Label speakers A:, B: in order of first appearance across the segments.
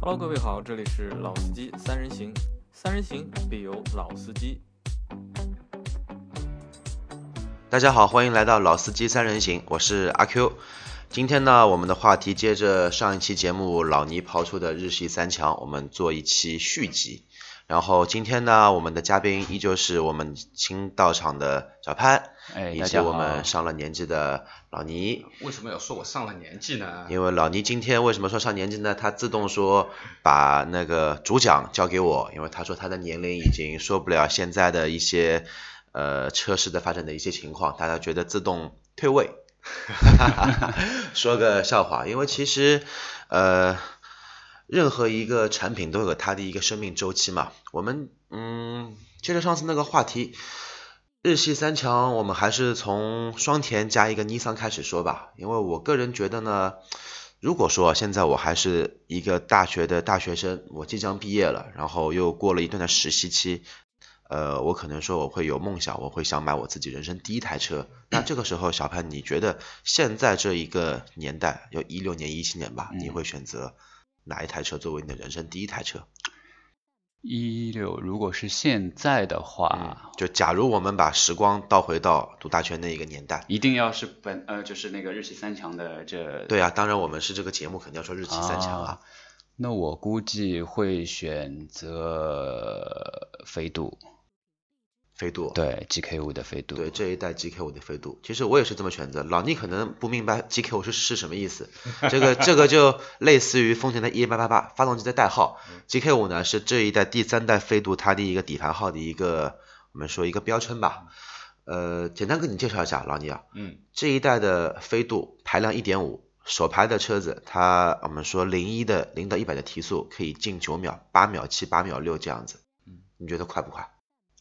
A: Hello，各位好，这里是老司机三人行，三人行必有老司机。
B: 大家好，欢迎来到老司机三人行，我是阿 Q。今天呢，我们的话题接着上一期节目老倪抛出的日系三强，我们做一期续集。然后今天呢，我们的嘉宾依旧是我们新到场的小潘，
C: 哎，
B: 以
C: 大
B: 及
C: 家好。
B: 我们上了年纪的老倪。
D: 为什么要说我上了年纪呢？
B: 因为老倪今天为什么说上年纪呢？他自动说把那个主讲交给我，因为他说他的年龄已经说不了现在的一些呃车市的发展的一些情况，他觉得自动退位。 说个笑话，因为其实呃，任何一个产品都有它的一个生命周期嘛。我们嗯，接着上次那个话题，日系三强，我们还是从双田加一个尼桑开始说吧，因为我个人觉得呢，如果说现在我还是一个大学的大学生，我即将毕业了，然后又过了一段的实习期，呃，我可能说我会有梦想，我会想买我自己人生第一台车。那这个时候，小潘，你觉得现在这一个年代，有一六年、一七年吧，你
C: 嗯
B: 会选择哪一台车作为你的人生第一台车？
C: 一六，如果是现在的
B: 嗯
C: 话，，
B: 就假如我们把时光倒回到读大学那一个年代。
C: 一定要是本呃，就是那个日系三强的这
B: 对啊，当然我们是这个节目肯定要说日系三强啊
C: 啊。那我估计会选择飞度，
B: 飞度。
C: 对 GK 五的飞度。
B: 对这一代 GK 五的飞度，其实我也是这么选择。老倪可能不明白 GK 五是是什么意思，这个这个就类似于丰田的 E888 发动机的代号，GK 五呢是这一代第三代飞度它的一个底盘号的一个我们说一个标称吧。呃，简单跟你介绍一下，老倪啊，
D: 嗯，
B: 这一代的飞度排量一点五，首排的车子，它我们说零一的零到一百的提速可以近九秒、八秒七、八秒六这样子
D: 嗯，
B: 你觉得快不快？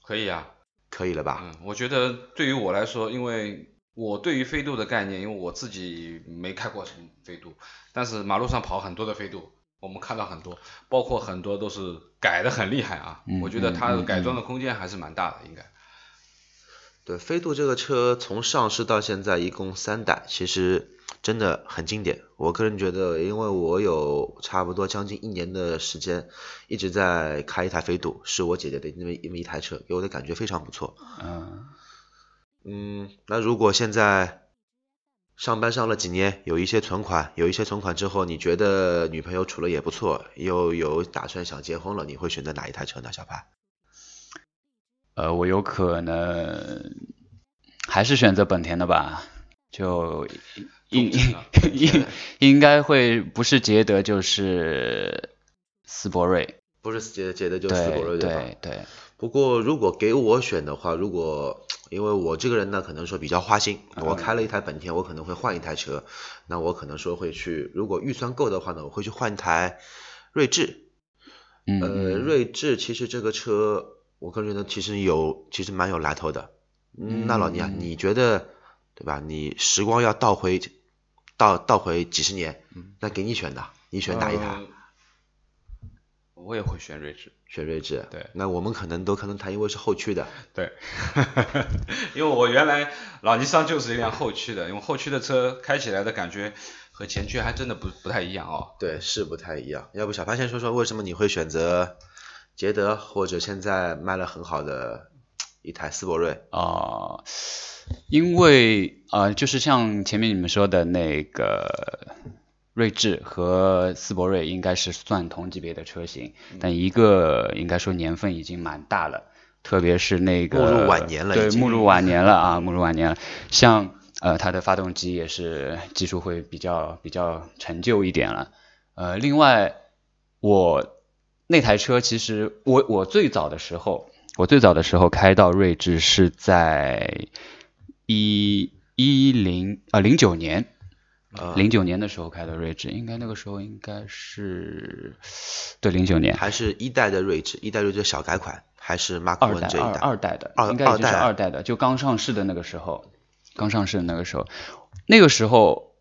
D: 可以啊。
B: 可以了吧？
D: 嗯，我觉得对于我来说，因为我对于飞度的概念，因为我自己没开过什么飞度，但是马路上跑很多的飞度，我们看到很多，包括很多都是改的很厉害啊。
C: 嗯
D: 我觉得它
C: 嗯嗯
D: 改装的空间还是蛮大的，应该。
B: 对，飞度这个车从上市到现在一共三代，其实真的很经典。我个人觉得，因为我有差不多将近一年的时间一直在开一台飞度，是我姐姐的那么一那么一台车，给我的感觉非常不错。
C: 嗯，
B: 嗯，那如果现在上班上了几年，有一些存款，有一些存款之后，你觉得女朋友处了也不错，又有打算想结婚了，你会选择哪一台车呢？小潘？
C: 呃，我有可能还是选择本田的吧，就应
D: 中间啊
C: 应应应该会不是捷德就是斯铂瑞，
B: 不是姐姐的就
C: 对
B: 斯铂瑞吧？
C: 对对，
B: 不过如果给我选的话，如果因为我这个人呢，可能说比较花心，我开了一台本田，我可能会换一台车，那我可能说会去，如果预算够的话呢，我会去换一台锐志。
C: 嗯，
B: 呃，
C: 嗯
B: 锐志其实这个车，我个人觉得其实有，其实蛮有来头的。嗯那老倪啊，
C: 嗯
B: 你觉得对吧？你时光要倒回，倒倒回几十年，
C: 嗯
B: 那给你选的，你 选哪一台？
D: 呃我也会选锐志。
B: 选锐志。
D: 对
B: 那我们可能都可能它因为是后驱的，
D: 对， 因为我原来老尼桑就是一辆后驱的，因为后驱的车开起来的感觉和前驱还真的不不太一样哦。
B: 对，是不太一样。要不小潘先说说为什么你会选择捷德，或者现在卖了很好的一台斯铂瑞？
C: 啊、因为啊，就是像前面你们说的那个锐志和斯铂瑞应该是算同级别的车型，
B: 嗯
C: 但一个应该说年份已经蛮大了，特别是那个
B: 步入晚年了已
C: 对，
B: 经
C: 目入晚年了啊，目入晚年了。像呃，它的发动机也是技术会比较比较陈旧一点了。呃，另外我那台车其实我我最早的时候，我最早的时候开到锐志是在一一零啊零九年，
B: 呃，
C: 零九年的时候开的锐志，应该那个时候应该是对零九年
B: 还是一代的锐志，一代锐志的小改款，还是 Mark
C: 二
B: One
C: 代
B: 这
C: 二
B: 一代？
C: 二代的，
B: 二
C: 应该
B: 二
C: 已经是
B: 代
C: 二代的，就刚上市的那个时候，刚上市的那个时候，那个时候。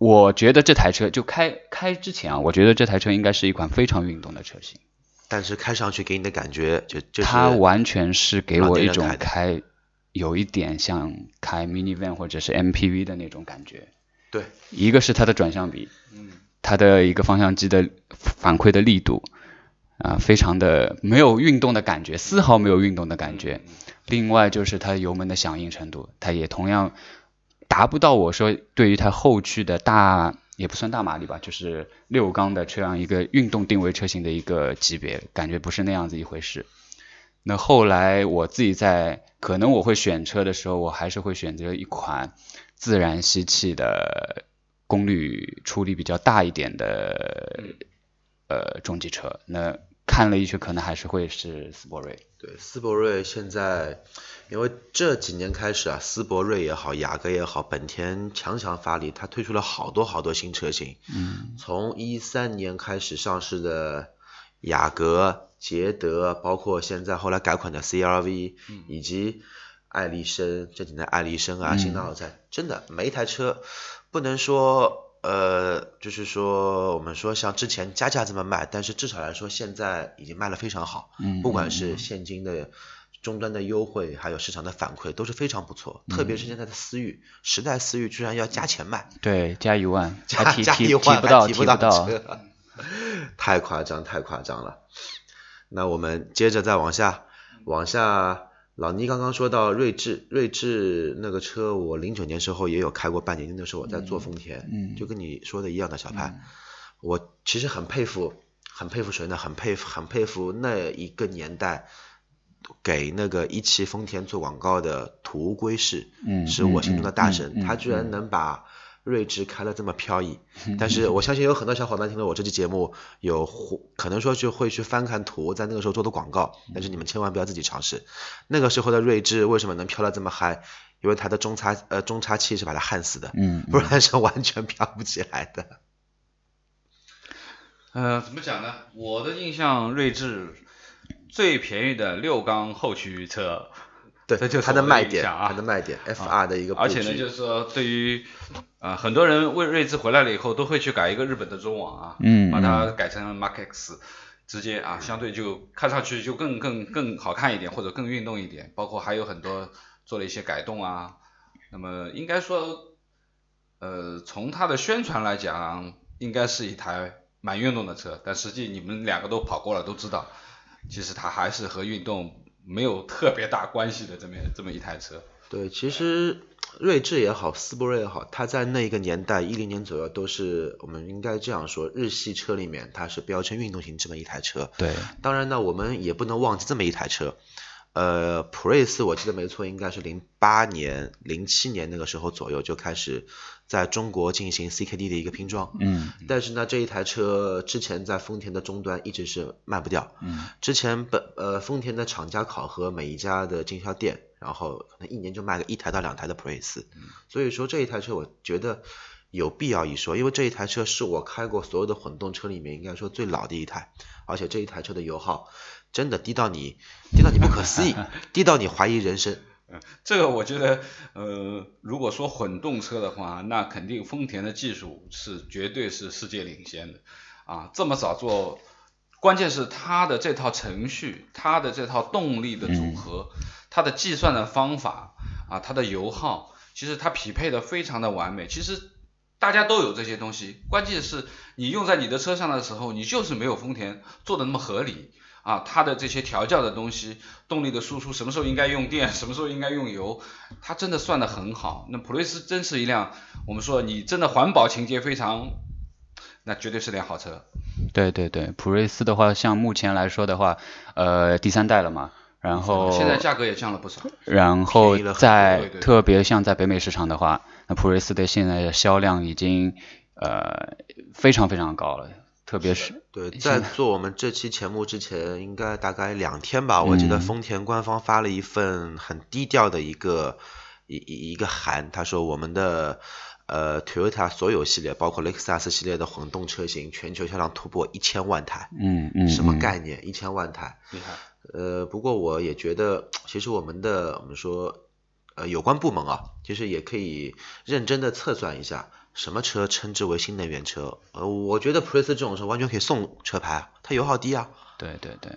C: 我觉得这台车就开开之前啊，我觉得这台车应该是一款非常运动的车型。
B: 但是开上去给你的感觉就就是
C: 它完全是给我一
B: 老
C: 种
B: 年人
C: 开，有一点像开 minivan 或者是 MPV 的那种感觉。
B: 对，
C: 一个是它的转向比，
D: 嗯，
C: 它的一个方向机的反馈的力度啊、非常的没有运动的感觉，丝毫没有运动的感觉。另外就是它油门的响应程度，它也同样达不到我说对于它后驱的大也不算大马力吧，就是六缸的这样一个运动定位车型的一个级别，感觉不是那样子一回事。那后来我自己在可能我会选车的时候，我还是会选择一款自然吸气的功率出力比较大一点的呃中级车。那看了一圈，可能还是会是斯铂瑞。
B: 对，斯铂瑞现在，因为这几年开始啊，斯铂瑞也好，雅阁也好，本田强强发力，它推出了好多好多新车型。
C: 嗯，
B: 从一三年开始上市的雅阁、捷德，包括现在后来改款的 CRV，、以及艾力绅，这几年艾力绅啊、
C: 嗯
B: 新的奥赛，真的每一台车不能说呃，就是说我们说像之前加价这么卖，但是至少来说现在已经卖得非常好，
C: 嗯
B: 不管是现金的。终端的优惠，还有市场的反馈都是非常不错，
C: 嗯
B: 特别是现在的思域，时代思域居然要加钱卖，
C: 对，加 一万，
B: 加
C: 还提
B: 加
C: 提
B: 一万
C: 不
B: 还
C: 到，
B: 提
C: 不
B: 到
C: 到。
B: 这个， 太夸张，太夸张了。那我们接着再往下，往下，老倪刚刚说到锐志，锐志那个车，我零九年时候也有开过半年，那时候我在做丰田，
C: 嗯
B: 就跟你说的一样的小潘，我其实很佩服，很佩服谁呢？很佩服，很佩服那一个年代。给那个一汽丰田做广告的途龟市，
C: 嗯
B: 是我心中的大神，
C: 嗯嗯嗯嗯
B: 他居然能把睿智开得这么飘逸。
D: 嗯
B: 但是我相信有很多小伙伴听了我这期节目，有会可能说就会去翻看图，在那个时候做的广告，
D: 嗯
B: 但是你们千万不要自己尝试。那个时候的睿智为什么能飘得这么嗨？因为它的中差呃中差器是把它焊死的，
C: 嗯，
B: 不然是完全飘不起来的。嗯
D: 呃，怎么讲呢？我的印象，锐志最便宜的六缸后驱车，
B: 对，
D: 这就是
B: 它的
D: 我的
B: 卖
D: 印
B: 点，
D: 象啊
B: 它的卖点，FR 的一个布
D: 而
B: 局。
D: 且呢，就是说对于啊、呃很多人为锐志回来了以后，都会去改一个日本的中网啊，
C: 嗯
D: 把它改成 Mark X，直接啊，相对就看上去就更更更好看一点，或者更运动一点，包括还有很多做了一些改动啊。那么应该说，呃，从它的宣传来讲，应该是一台蛮运动的车，但实际你们两个都跑过了，都知道，其实它还是和运动没有特别大关系的这么这么一台车。
B: 对，其实睿智也好，思铂睿也好，它在那一个年代，一零年左右都是我们应该这样说，日系车里面它是标称运动型这么一台车。
C: 对，
B: 当然呢，我们也不能忘记这么一台车。呃，普锐斯我记得没错，应该是零八年、零七年那个时候左右就开始在中国进行 CKD 的一个拼装。
C: 嗯
B: 但是呢，这一台车之前在丰田的终端一直是卖不掉。
C: 嗯
B: 之前本呃丰田的厂家考核每一家的经销店，然后可能一年就卖个一台到两台的普锐斯，所以说这一台车我觉得有必要一说，因为这一台车是我开过所有的混动车里面应该说最老的一台，而且这一台车的油耗真的低到你低到你不可思议，低到你怀疑人生。
D: 这个我觉得，呃，如果说混动车的话，那肯定丰田的技术是绝对是世界领先的啊！这么早做，关键是它的这套程序，它的这套动力的组合，它的计算的方法啊，它的油耗，其实它匹配的非常的完美。其实大家都有这些东西，关键是你用在你的车上的时候，你就是没有丰田做的那么合理。啊，它的这些调教的东西，动力的输出，什么时候应该用电，什么时候应该用油，它真的算得很好。那普锐斯真是一辆，我们说你真的环保情节非常，那绝对是辆好车。
C: 对对对，普锐斯的话，像目前来说的话，呃，第三代了嘛，然后
D: 现在价格也降了不少。
C: 然后
B: 便宜了很
D: 多
C: 在
D: 对对
C: 特别像在北美市场的话，那普锐斯的现在的销量已经呃非常非常高了，特别是
B: 对，在做我们这期节目之前，应该大概两天吧，我记得
C: 嗯
B: 丰田官方发了一份很低调的一个一一一个函，他说我们的呃 Toyota 所有系列，包括雷克萨斯系列的混动车型，全球销量突破一千万台，
C: 嗯嗯
B: 什么
C: 嗯
B: 概念？一千万台，
D: 厉害，
B: 呃，不过我也觉得，其实我们的我们说，呃，有关部门啊，其实也可以认真的测算一下，什么车称之为新能源车？呃，我觉得普锐斯这种车完全可以送车牌，它油耗低啊。
C: 对对对，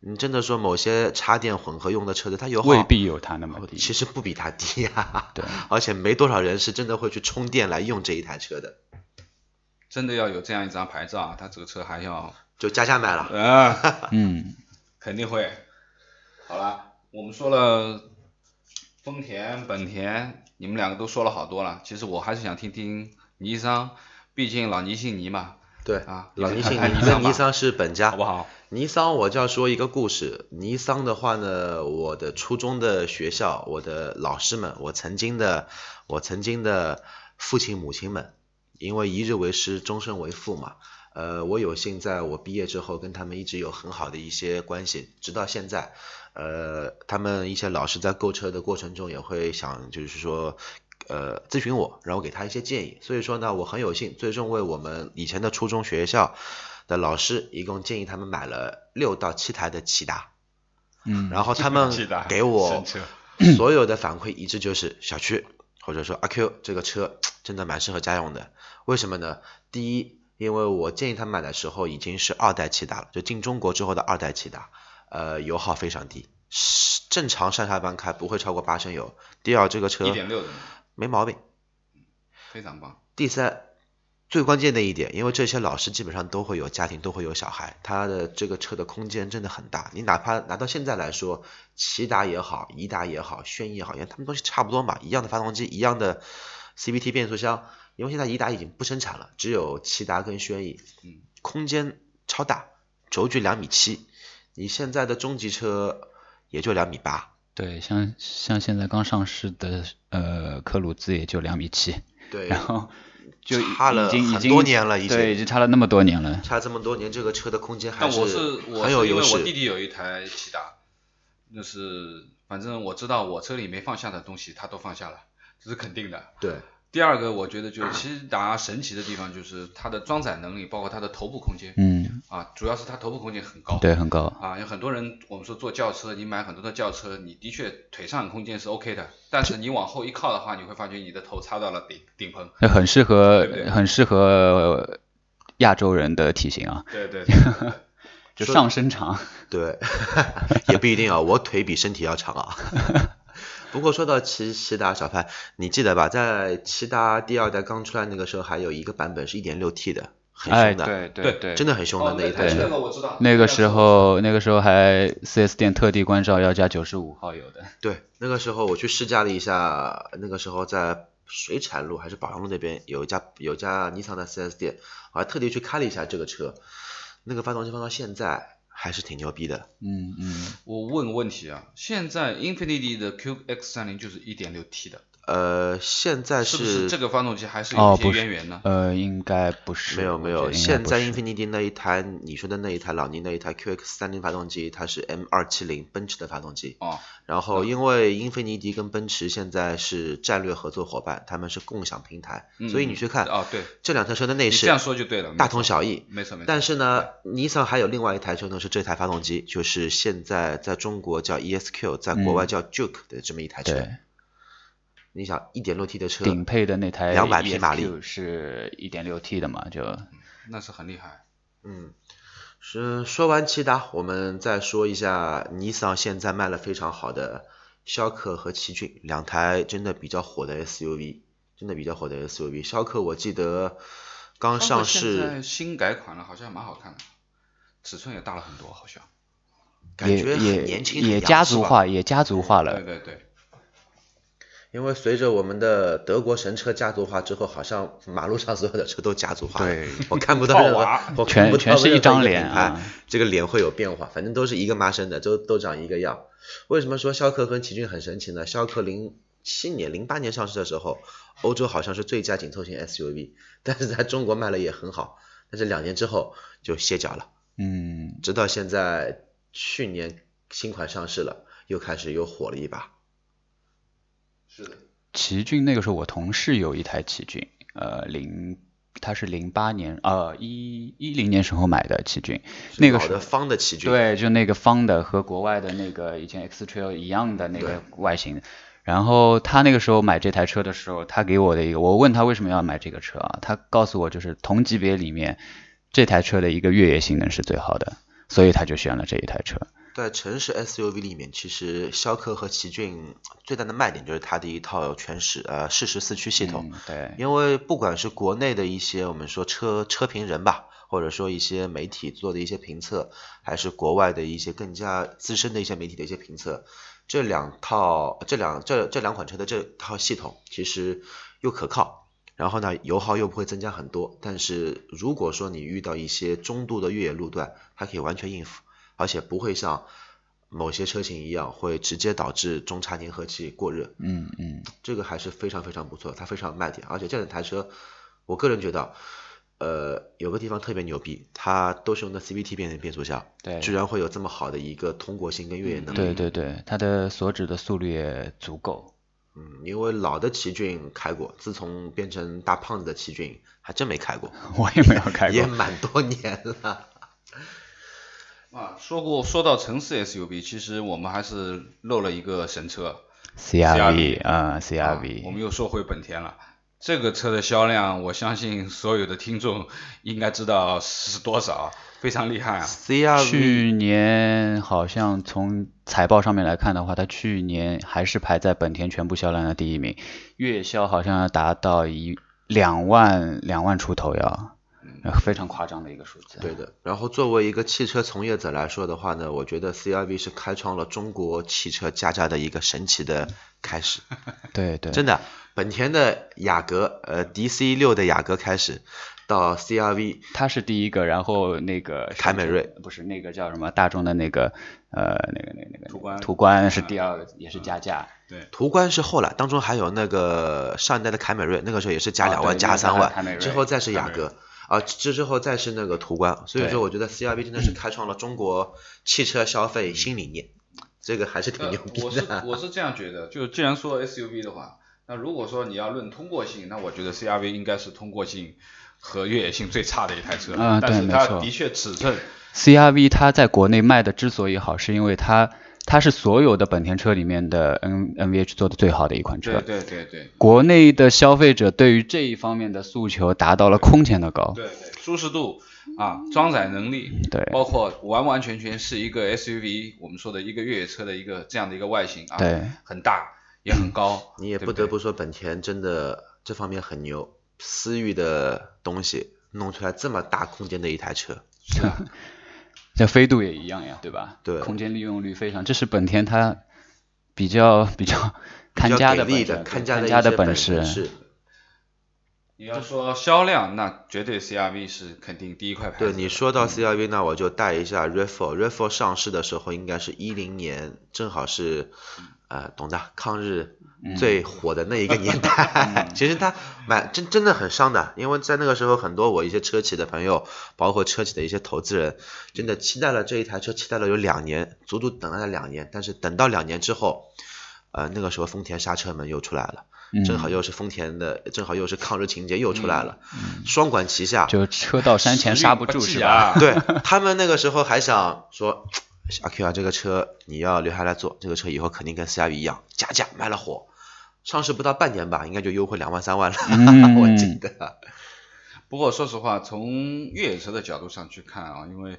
B: 你真的说某些插电混合用的车子，它油耗
C: 未必有它那么低。
B: 哦其实不比它低啊。
C: 对，
B: 而且没多少人是真的会去充电来用这一台车的。
D: 真的要有这样一张牌照啊，它这个车还要
B: 就加价买了。
D: 啊。
C: 嗯，
D: 肯定会。好了，我们说了丰田、本田，你们两个都说了好多了。其实我还是想听听尼桑，毕竟老尼姓尼嘛，
B: 对
D: 啊
B: 老
D: 你
B: 尼
D: 看
B: 姓
D: 看
B: 尼，
D: 尼
B: 那
D: 桑吧
B: 尼桑是本家，
D: 好不好？
B: 尼桑，我就要说一个故事。尼桑的话呢，我的初中的学校，我的老师们，我曾经的，我曾经的父亲母亲们，因为一日为师，终身为父嘛。呃，我有幸在我毕业之后跟他们一直有很好的一些关系，直到现在。呃，他们一些老师在购车的过程中也会想，就是说，呃，咨询我，然后给他一些建议。所以说呢，我很有幸，最终为我们以前的初中学校的老师一共建议他们买了六到七台的骐达，
C: 嗯，
B: 然
C: 后
B: 哦后他们
D: 记得
B: 给我
D: 神车
B: 所有的反馈一致就是 小区或者说阿 Q 这个车真的蛮适合家用的，为什么呢？第一，因为我建议他们买的时候已经是二代骐达了，就进中国之后的二代骐达，呃，油耗非常低，是正常上下班开不会超过八升油。第二，这个车
D: 一点六的，
B: 没毛病。
D: 非常棒。
B: 第三，最关键的一点，因为这些老师基本上都会有家庭，都会有小孩，他的这个车的空间真的很大。你哪怕拿到现在来说，骐达也好，颐达也好，轩逸也好，因为他们东西差不多嘛，一样的发动机，一样的 CVT 变速箱。因为现在颐达已经不生产了，只有骐达跟轩逸，
D: 嗯，
B: 空间超大，轴距两米七，你现在的中级车也就两米八，
C: 对，像像现在刚上市的呃科鲁兹也就两米七，
B: 对，
C: 然后就已
B: 差了
C: 已经已
B: 很
C: 经
B: 多年了已经
C: 对，已经差了那么多年了。
B: 差这么多年，这个车的空间还
D: 但我我
B: 很有
D: 是因
B: 优
D: 为
B: 势。
D: 我弟弟有一台骐达，就是反正我知道我车里没放下的东西他都放下了，这是肯定的。
B: 对，
D: 第二个，我觉得就是骐达神奇的地方就是它的装载能力，包括它的头部空间
C: 嗯，
D: 啊，主要是它头部空间很高。
C: 对，很高。
D: 啊，有很多人，我们说坐轿车，你买很多的轿车，你的确腿上空间是 OK 的，但是你往后一靠的话，你会发觉你的头插到了顶 顶棚。
C: 那很适合
D: 对不对
C: 很适合亚洲人的体型啊，
D: 对对对对对
C: 就
B: 说
C: 上身长。
B: 对， 也不一定啊，我腿比身体要长啊。 不过说到骐骐达小潘，你记得吧？在骐达第二代刚出来那个时候，还有一个版本是 1.6T 的，很
C: 哎，
B: 凶的，
C: 对
D: 对
C: 对，
B: 真的很凶的
D: 哦，
B: 那一台
D: 对那
B: 车。
D: 个我知道。
C: 那个时候那个时候还 4S 店特地关照要加九十五号油的。
B: 对，那个时候我去试驾了一下，那个时候在水产路还是宝阳路那边有一家有一家尼桑的 4S 店，我还特地去开了一下这个车，那个发动机放到现在还是挺牛逼的。
C: 嗯嗯，
D: 我问个问题啊，现在 Infinity 的 QX 3 0就是1 6 T 的，
B: 呃，现在
D: 是不是这个发动机还是有
C: 哦
D: 一些
C: 不是
D: 渊源呢？
C: 呃，应该不是，
B: 没有没
C: 我
B: 有，
C: 觉得应该
B: 现
C: 不
B: 在
C: 是
B: 英菲尼迪那一台你说的那一台朗尼那一台 QX 三零发动机，它是 M 二七零奔驰的发动机。
D: 哦，
B: 然后因为英菲尼迪跟奔驰现在是战略合作伙伴，他们是共享平台，
D: 嗯
B: 所以你去看
D: 哦对
B: 这两台车的内
D: 你
B: 饰
D: 这样说就对了，没
B: 大
D: 错
B: 同小异。
D: 没错没错。
B: 但是呢，尼桑还有另外一台车呢，是这台发动机，就是现在在中国叫 ESQ，在国外
C: 嗯
B: 叫 Juke 的这么一台车。
C: 对
B: 你想，一点六 T 的车，
C: 顶配的那台
B: 200匹马力
C: ESQ 是一点六 T 的嘛，就
D: 那是很厉害。
B: 嗯，是说完骐达，我们再说一下尼桑现在卖了非常好的逍客和奇骏两台真的比较火的 SUV，真的比较火的 SUV。逍客我记得刚
D: 包括
B: 上
D: 现在
B: 市，
D: 新改款了，好像蛮好看的，尺寸也大了很多，好像。
B: 感
C: 也
B: 觉很
C: 也
B: 年轻，很洋
C: 也家
B: 气
C: 族
B: 吧。
C: 化，也家族化
D: 对
C: 了。
D: 对对，
B: 因为随着我们的德国神车家族化之后，好像马路上所有的车都家族化了。
C: 对
B: 我看不到任
D: 套
B: 何，
D: 娃
B: 我看
C: 全
B: 不到
C: 全是
B: 任何
C: 一张
B: 个
C: 脸
B: 品牌
C: 啊
B: 这个脸会有变化，反正都是一个妈生的，都都长一个样。为什么说逍客跟奇骏很神奇呢？逍客零七年、零八年上市的时候，欧洲好像是最佳紧凑型 SUV，但是在中国卖了也很好，但是两年之后就歇脚了，
C: 嗯，
B: 直到现在去年新款上市了，又开始又火了一把。
D: 是的。
C: 奇骏那个时候我同事有一台奇骏，呃零。他是零八年，呃一一零年时候买的奇骏，那个
B: 老
C: 时
B: 的
C: 候
B: 方的奇骏，，
C: 对，就那个方的和国外的那个以前 X Trail 一样的那
B: 对
C: 个外形。然后他那个时候买这台车的时候，他给我的一个，我问他为什么要买这个车啊，他告诉我就是同级别里面这台车的一个越野性能是最好的，所以他就选了这一台车。
B: 在城市 SUV 里面，其实逍客和奇骏最大的卖点就是它的一套全时呃适时四驱系统。
C: 嗯对，
B: 因为不管是国内的一些我们说车车评人吧，或者说一些媒体做的一些评测，还是国外的一些更加资深的一些媒体的一些评测，这两套这两这这两款车的这套系统其实又可靠，然后呢油耗又不会增加很多，但是如果说你遇到一些中度的越野路段，它可以完全应付，而且不会像。某些车型一样，会直接导致中差粘合器过热。
C: 嗯嗯，
B: 这个还是非常非常不错，它非常有卖点，而且这两台车，我个人觉得，呃，有个地方特别牛逼，它都是用的 CVT 变变速箱，
C: 对，嗯
B: 居然会有这么好的一个通过性跟越野能力。
C: 对对对，它的锁止的速率也足够。
B: 嗯，因为老的奇骏开过，自从变成大胖子的奇骏还真没开过，
C: 我也没有开
B: 也
C: 过，
B: 蛮多年 了。
D: 啊，说过说到城市 SUV，其实我们还是漏了一个神车
C: CRV 啊
D: 啊
C: ，CRV，
D: 我们又说回本田了。这个车的销量，我相信所有的听众应该知道是多少，非常厉害啊！
B: CRV
C: 去年好像从财报上面来看的话，它去年还是排在本田全部销量的第一名，月销好像要达到一两万两万出头要，呃非常夸张的一个数字。
B: 对的，然后作为一个汽车从业者来说的话呢，我觉得 CRV 是开创了中国汽车加价的一个神奇的开始。
C: 对对，
B: 真的，本田的雅阁，呃，DC 六的雅阁开始，到 CRV，
C: 它是第一个，然后那个
B: 凯美瑞
C: 不是那个叫什么大众的那个呃那个那个那个
D: 途观嗯
C: 途观是第二个，也是加价，
B: 途观是后来，当中还有那个上一代的凯美瑞，那个时候也是加
D: 哦
C: 啊
B: 两万、
C: 对那
B: 加
C: 个
B: 三
C: 凯美
B: 万，
C: 瑞
B: 之后再是雅
D: 凯美瑞
B: 阁，啊，之之后再是那个途观，所以
C: 对
B: 说我觉得 CRV 真的是开创了中国汽车消费新理念，这个还是挺
D: 呃
B: 牛逼
C: 啊
D: 我是
B: 的。
D: 我是这样觉得，就既然说 SUV 的话，那如果说你要论通过性，那我觉得 CRV 应该是通过性和越野性最差的一台车，
C: 啊
D: 但是
C: 对没
D: 它
C: 错
D: 的确尺寸
C: CRV 它在国内卖的之所以好，是因为它它是所有的本田车里面的 N NVH 做的最好的一款车。
D: 对对对对
C: 国内的消费者对于这一方面的诉求达到了空前的高。
D: 对对，舒适度啊，装载能力，
C: 对
D: 包括完完全全是一个 SUV，我们说的一个越野车的一个这样的一个外形啊，
C: 对，
D: 很大也很高，
B: 嗯你也不
D: 对不
B: 得
D: 对
B: 不说，本田真的这方面很牛，思域的东西弄出来这么大空间的一台车，
C: 像飞度也一样呀，对吧？
B: 对
C: 空间利用率非常，这是本田它比较 比较看家
B: 比较
C: 的
B: 给力
C: 本
B: 的，
C: 事，
B: 看的
C: 对看
B: 一
C: 家的
B: 些
C: 本
B: 事。
D: 你要说销量，那绝对 CRV 是肯定第一块牌子
B: 对
D: 的。
B: 你说到 CRV，那我就带一下 RAV4，RAV4 上市的时候应该是一零年，正好是，呃，懂的，抗日
C: 嗯
B: 最火的那一个年代。 其实它蛮真真的很伤的，因为在那个时候，很多我一些车企的朋友，包括车企的一些投资人，真的期待了这一台车，期待了有两年，足足等待了两年。但是等到两年之后，呃，那个时候丰田刹车门又出来了，
C: 嗯
B: 正好又是丰田的，正好又是抗日情节又出来了，双管齐下。
C: 就车到山前刹不住
D: 时
C: 是
D: 运不济
C: 吧？
D: 啊，
B: 对他们那个时候还想说，阿 Q 啊，这个车你要留下来做，这个车以后肯定跟 CRV 一样加价卖了火。上市不到半年吧，应该就优惠两万三万了，
C: 嗯
B: 我记得。
D: 不过说实话，从越野车的角度上去看啊，因为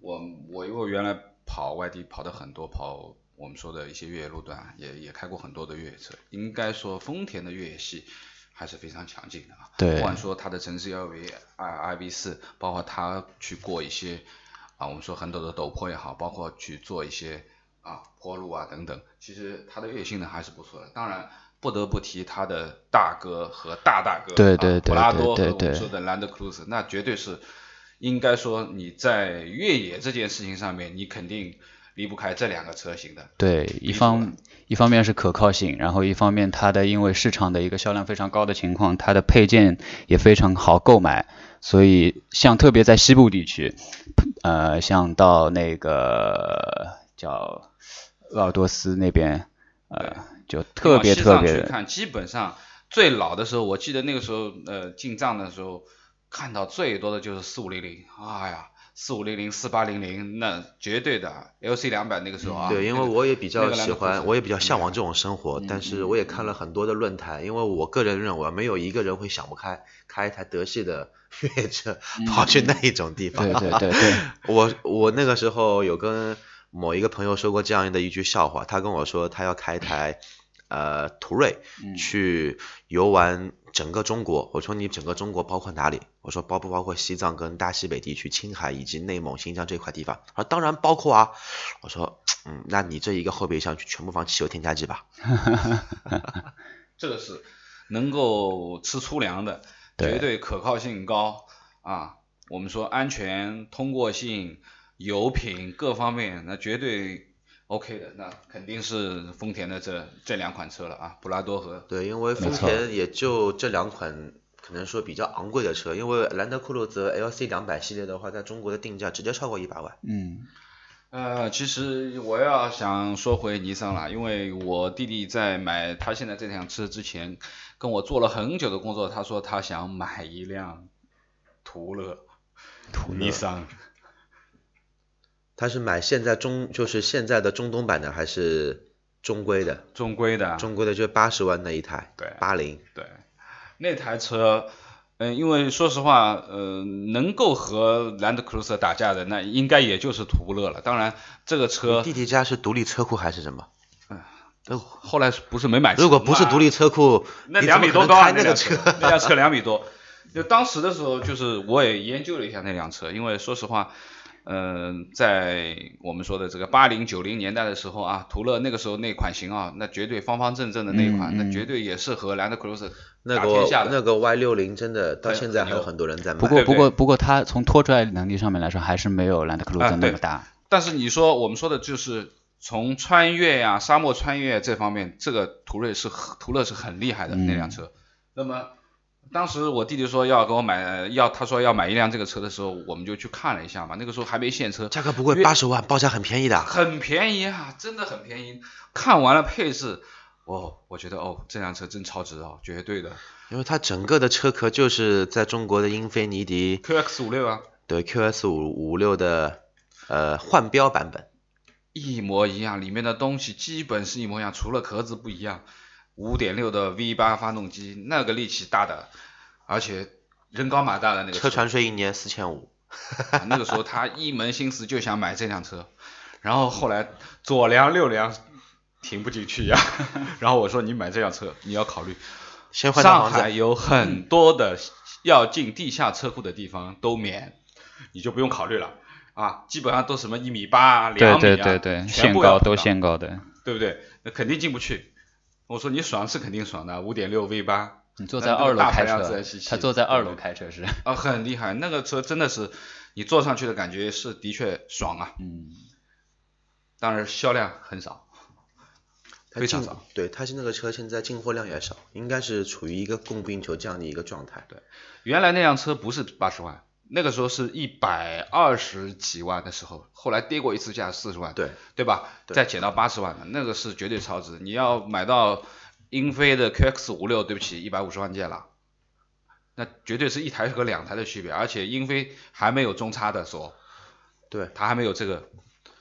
D: 我我因为原来跑外地跑的很多，跑我们说的一些越野路段，啊也也开过很多的越野车。应该说丰田的越野系还是非常强劲的啊。
C: 对
D: 不管说它的城市 LV 啊 IV 四，包括它去过一些啊，我们说很陡的陡坡也好，包括去做一些啊坡路啊等等，其实它的越野性能还是不错的。当然。不得不提它的大哥和大大哥，
C: 对对
D: 啊
C: 对
D: 普拉
C: 对
D: 多和
C: 对
D: 我们
C: 对
D: 说的兰德 Cruiser，那绝对是应该说你在越野这件事情上面，你肯定离不开这两个车型的。
C: 对，一方一方面是可靠性，然后一方面它的因为市场的一个销量非常高的情况，它的配件也非常好购买，所以像特别在西部地区，呃，像到那个叫鄂尔多斯那边，呃，就特别
D: 你往
C: 特
D: 西
C: 别
D: 藏去看，基本上最老的时候，我记得那个时候呃进藏的时候，看到最多的就是四五零零，哎呀。四五零零、四八零零，那绝对的 L C 两百那个时候
C: 嗯
D: 啊。
B: 对，因为
D: 那个
B: 我也比
D: 那
B: 较
D: 个嗯兰
B: 喜
D: 德
B: 欢，
D: Cruiser
B: 我也比较向往这种生活，但是我也看了很多的论坛，因为我个人认为啊没有一个人会想不开开一台德系的越
D: 嗯
B: 野车跑去那一种地方。
C: 对对对对，
B: 我我那个时候有跟某一个朋友说过这样的一句笑话，他跟我说他要开一台呃途锐
C: 嗯
B: 去游玩整个中国。我说你整个中国包括哪里？我说包不包括西藏跟大西北地区、青海以及内蒙、新疆这块地方？他说当然包括啊。我说嗯，那你这一个后备箱全部放汽油添加剂吧。
D: 这个是能够吃粗粮的，
C: 对
D: 绝对可靠性高啊。我们说安全、通过性、油品各方面，那绝对 OK 的，那肯定是丰田的这这两款车了啊，布拉多和
B: 对，因为丰
C: 错
B: 田也就这两款可能说比较昂贵的车，因为兰德酷路泽 LC 两百系列的话，在中国的定价直接超过一百万。
C: 嗯
D: 呃，其实我要想说回尼桑了，因为我弟弟在买他现在这辆车之前，跟我做了很久的工作，他说他想买一辆途乐，途
C: 乐
D: 尼桑。
B: 他是买现在中就是现在的中东版的还是中规的？
D: 中规的，
B: 中规的就八十万那一台，
D: 啊对
B: 八零。
D: 对，那台车，嗯、因为说实话，呃，能够和兰德酷路泽打架的，那应该也就是途乐了。当然，这个车
B: 弟弟家是独立车库还是什么？
D: 后来是不是没买成嘛，
B: 如果不是独立车库，
D: 啊那
B: 你怎
D: 两
B: 么
D: 米
B: 可
D: 多
B: 能
D: 高啊
B: 开，那个
D: 那辆
B: 车
D: 车？，那辆车两米多。就当时的时候，就是我也研究了一下那辆车，因为说实话，嗯、在我们说的这个八零九零年代的时候啊，途乐那个时候那款型啊，那绝对方方正正的那一款，
C: 嗯嗯
D: 那绝对也是和兰德酷路泽
B: 那
D: 打天
B: 个
D: 下的。哎
B: 那个 Y 六零真的到
D: 很
B: 现在还有
D: 牛
B: 很多人在买。
C: 不过
D: 对
C: 不过不过，它从拖出来能力上面来说，还是没有兰德酷路
D: 啊
C: 泽那
D: 对
C: 么大。
D: 但是你说我们说的就是从穿越呀、沙漠穿越这方面，这个途锐是很途乐是很厉害的、
C: 嗯
D: 那辆车。那么当时我弟弟说要给我买，要他说要买一辆这个车的时候，我们就去看了一下嘛。那个时候还没现车，
B: 价格不贵，
D: 越
B: 八十万，报价很便宜的。
D: 很便宜啊，真的很便宜。看完了配置，哦，我觉得哦，这辆车真超值哦，绝对的。
B: 因为它整个的车壳就是在中国的英菲尼迪
D: QX 五六啊，
B: 对 QS 五五六的呃换标版本，
D: 一模一样，里面的东西基本是一模一样，除了壳子不一样。五点六的 V 八发动机，那个力气大的，而且人高马大的那个
B: 车船税一年四千五。
D: 啊那个时候他一门心思就想买这辆车，然后后来左梁右梁停不进去呀、 然后我说你买这辆车你要考虑，
B: 先换套
D: 上
B: 房
D: 海
B: 子，
D: 有很多的要进地下车库的地方都免，你就不用考虑了啊，基本上都什么一米八啊、两米
C: 对
D: 啊，
C: 对对对，限
D: 全部要
C: 高
D: 碰
C: 都
D: 到
C: 限高的。
D: 对不对？那肯定进不去。我说你爽是肯定爽的，五点六 V 八
C: 你坐
D: 那
C: 在
D: 那个
C: 二楼
D: 大
C: 开
D: 排量自
C: 车
D: 然吸，气
C: 他坐在
D: 对
C: 二
D: 对
C: 楼开车是，
D: 啊，很厉害，那个车真的是你坐上去的感觉是的确爽啊，
C: 嗯，
D: 当然销量很少，
B: 它
D: 非常
B: 进
D: 少。
B: 对，它是那个车现在进货量也少，应该是处于一个供不应求这样的一个状态。对，
D: 原来那辆车不是八十万，那个时候是一百二十几万的时候，后来跌过一次价四十万，
B: 对
D: 对吧？再减到八十万了，那个是绝对超值。你要买到英菲的 QX 五六，对不起，一百五十万件了。那绝对是一台和两台的区别，而且英菲还没有中差的锁，
B: 对
D: 它还没有这个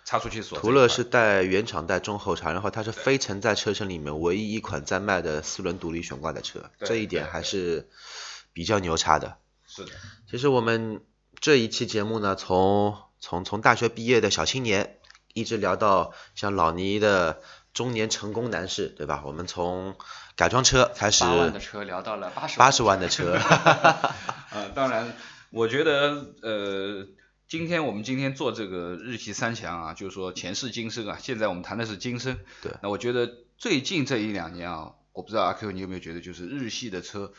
D: 差速器锁。
B: 途乐是带原厂带中后叉，然后它是飞城在车身里面唯一一款在卖的四轮独立悬挂的车，
D: 对
B: 这一点
D: 对
B: 还是比较牛叉的。
D: 是的，
B: 其实我们这一期节目呢，从从从大学毕业的小青年，一直聊到像老倪的中年成功男士，对吧？我们从改装车开始，
C: 车聊到了八十
B: 八十万的 车，
D: 呃，当然，我觉得呃，今天我们今天做这个日系三强啊，就是说前世今生啊，现在我们谈的是今生。
B: 对
D: 那我觉得最近这一两年啊，我不知道阿 Q 你有没有觉得，就是日系的车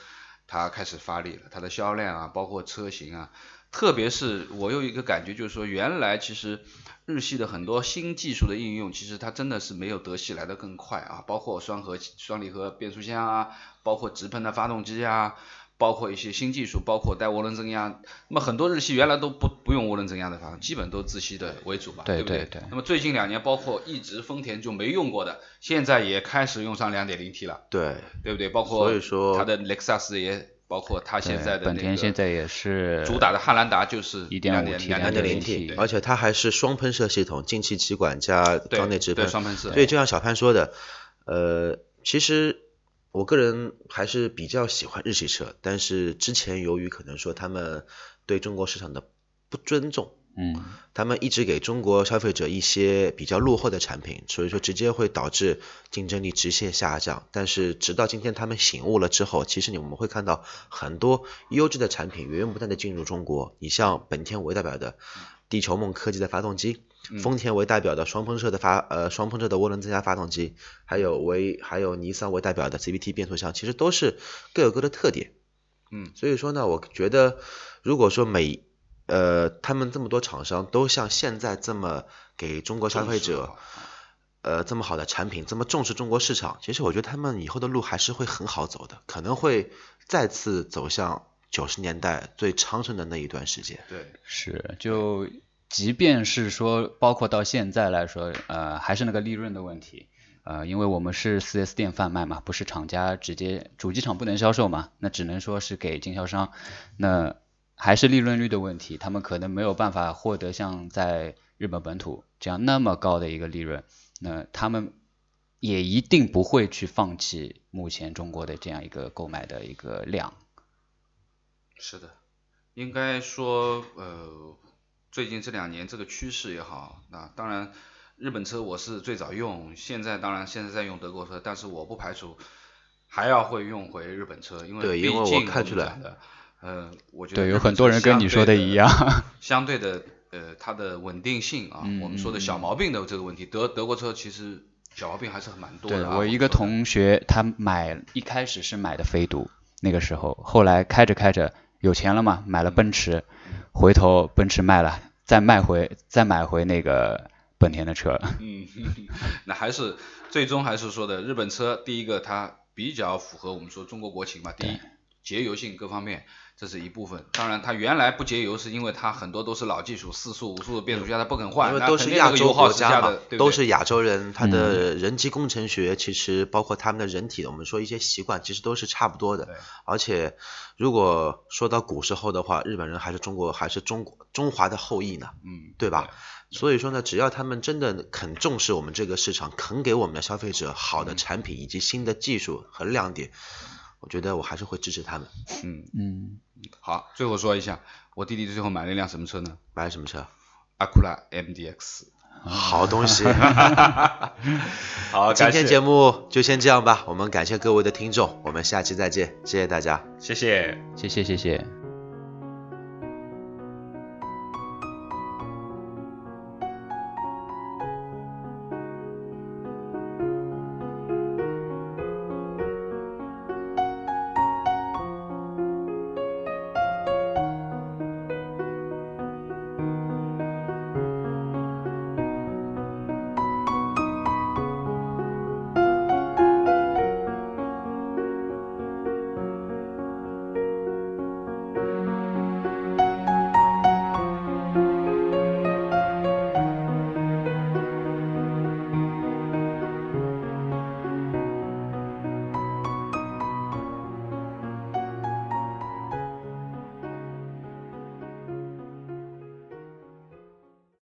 D: 它开始发力了，它的销量啊，包括车型啊，特别是我有一个感觉，就是说原来其实日系的很多新技术的应用，其实它真的是没有德系来的更快啊，包括双核双离合变速箱啊，包括直喷的发动机啊。包括一些新技术，包括带涡轮增压，那么很多日系原来都不不用涡轮增压的发动，基本都自吸的为主吧，
C: 对
D: 不对
C: 对对
D: 那么最近两年，包括一直丰田就没用过的，现在也开始用上 2.0T 了，
B: 对，
D: 对不对？包括
B: 所以说
D: 它的雷克萨斯也，包括它现在的、那个、
C: 本田现在也是
D: 主打的汉兰达就是
C: 1.5 T
B: 呃两点零
C: 2.0T
B: T，
D: 对
B: 而且它还是双喷射系统，进气歧管加
D: 对
B: 缸内直
D: 对
B: 喷，
D: 双喷射，
B: 所以就像小潘说的，呃，其实我个人还是比较喜欢日系车，但是之前由于可能说他们对中国市场的不尊重，
C: 嗯
B: 他们一直给中国消费者一些比较落后的产品，所以说直接会导致竞争力直线下降。但是直到今天他们醒悟了之后，其实你我们会看到很多优质的产品源源不断的进入中国。你像本田为代表的地球梦科技的发动机，丰田为代表的双喷射的发呃双喷射的涡轮增压发动机，还有为还有尼桑为代表的 CVT 变速箱，其实都是各有各的特点。
D: 嗯，
B: 所以说呢，我觉得如果说每呃他们这么多厂商都像现在这么给中国消费者呃这么好的产品，这么重视中国市场，其实我觉得他们以后的路还是会很好走的，可能会再次走向九十年代最昌盛的那一段时间。
D: 对，
C: 是，就即便是说，包括到现在来说，呃，还是那个利润的问题，呃，因为我们是 4S 店贩卖嘛，不是厂家直接主机厂不能销售嘛，那只能说是给经销商，那还是利润率的问题，他们可能没有办法获得像在日本本土这样那么高的一个利润，那他们。也一定不会去放弃目前中国的这样一个购买的一个量，
D: 是的，应该说，呃，最近这两年这个趋势也好，那当然日本车我是最早用，现在当然现在在用德国车，但是我不排除还要会用回日本车，因为
B: 对
D: 毕
B: 因为我
D: 竟
B: 看
D: 们
B: 出来
D: 讲的，呃，我觉得
C: 对，有
D: 日本
C: 很
D: 车
C: 多人跟
D: 相
C: 你
D: 对
C: 说的
D: 的
C: 一样，，
D: 相对的，呃，它的稳定性啊，
C: 嗯
D: 我们说的小毛病的这个问题，德德国车其实小毛病还是很蛮多
C: 对
D: 的啊、
C: 我一
D: 们
C: 个
D: 说的
C: 同学，他买一开始是买的飞度，那个时候，后来开着开着有钱了嘛，买了奔驰，
D: 嗯
C: 嗯回头奔驰卖了，再卖回再买回那个本田的车，
D: 嗯，那还是最终还是说的日本车，第一个它比较符合我们说中国国情嘛，第一节油性各方面，这是一部分。当然它原来不节油是因为它很多都是老技术，四速、五速的变速箱它不肯换，
B: 嗯因为
D: 那
B: 都
D: 肯
B: 是
D: 定
B: 亚
D: 这个
B: 洲
D: 油耗
B: 国
D: 是下
B: 家嘛
D: 的，，对不
B: 都
D: 对
B: 是亚洲人，他的人机工程学其实包括他们的人体，我们说一些习惯，其实都是差不多的
D: 对。
B: 而且，如果说到古时候的话，日本人还是中国还是中国中华的后裔呢，
D: 嗯，
B: 对吧？所以说呢，只要他们真的肯重视我们这个市场，肯给我们的消费者好
D: 嗯
B: 的产品以及新的技术和亮点，我觉得我还是会支持他们。
D: 嗯，
C: 嗯，
D: 好，最后说一下，我弟弟最后买了一辆什么车呢？
B: 买什么车？
D: 阿库拉 MDX。
B: 好东西。
D: 好，
B: 今
D: 感谢
B: 天节目就先这样吧，我们感谢各位的听众，我们下期再见，谢谢大家。
D: 谢谢。
C: 谢谢谢谢。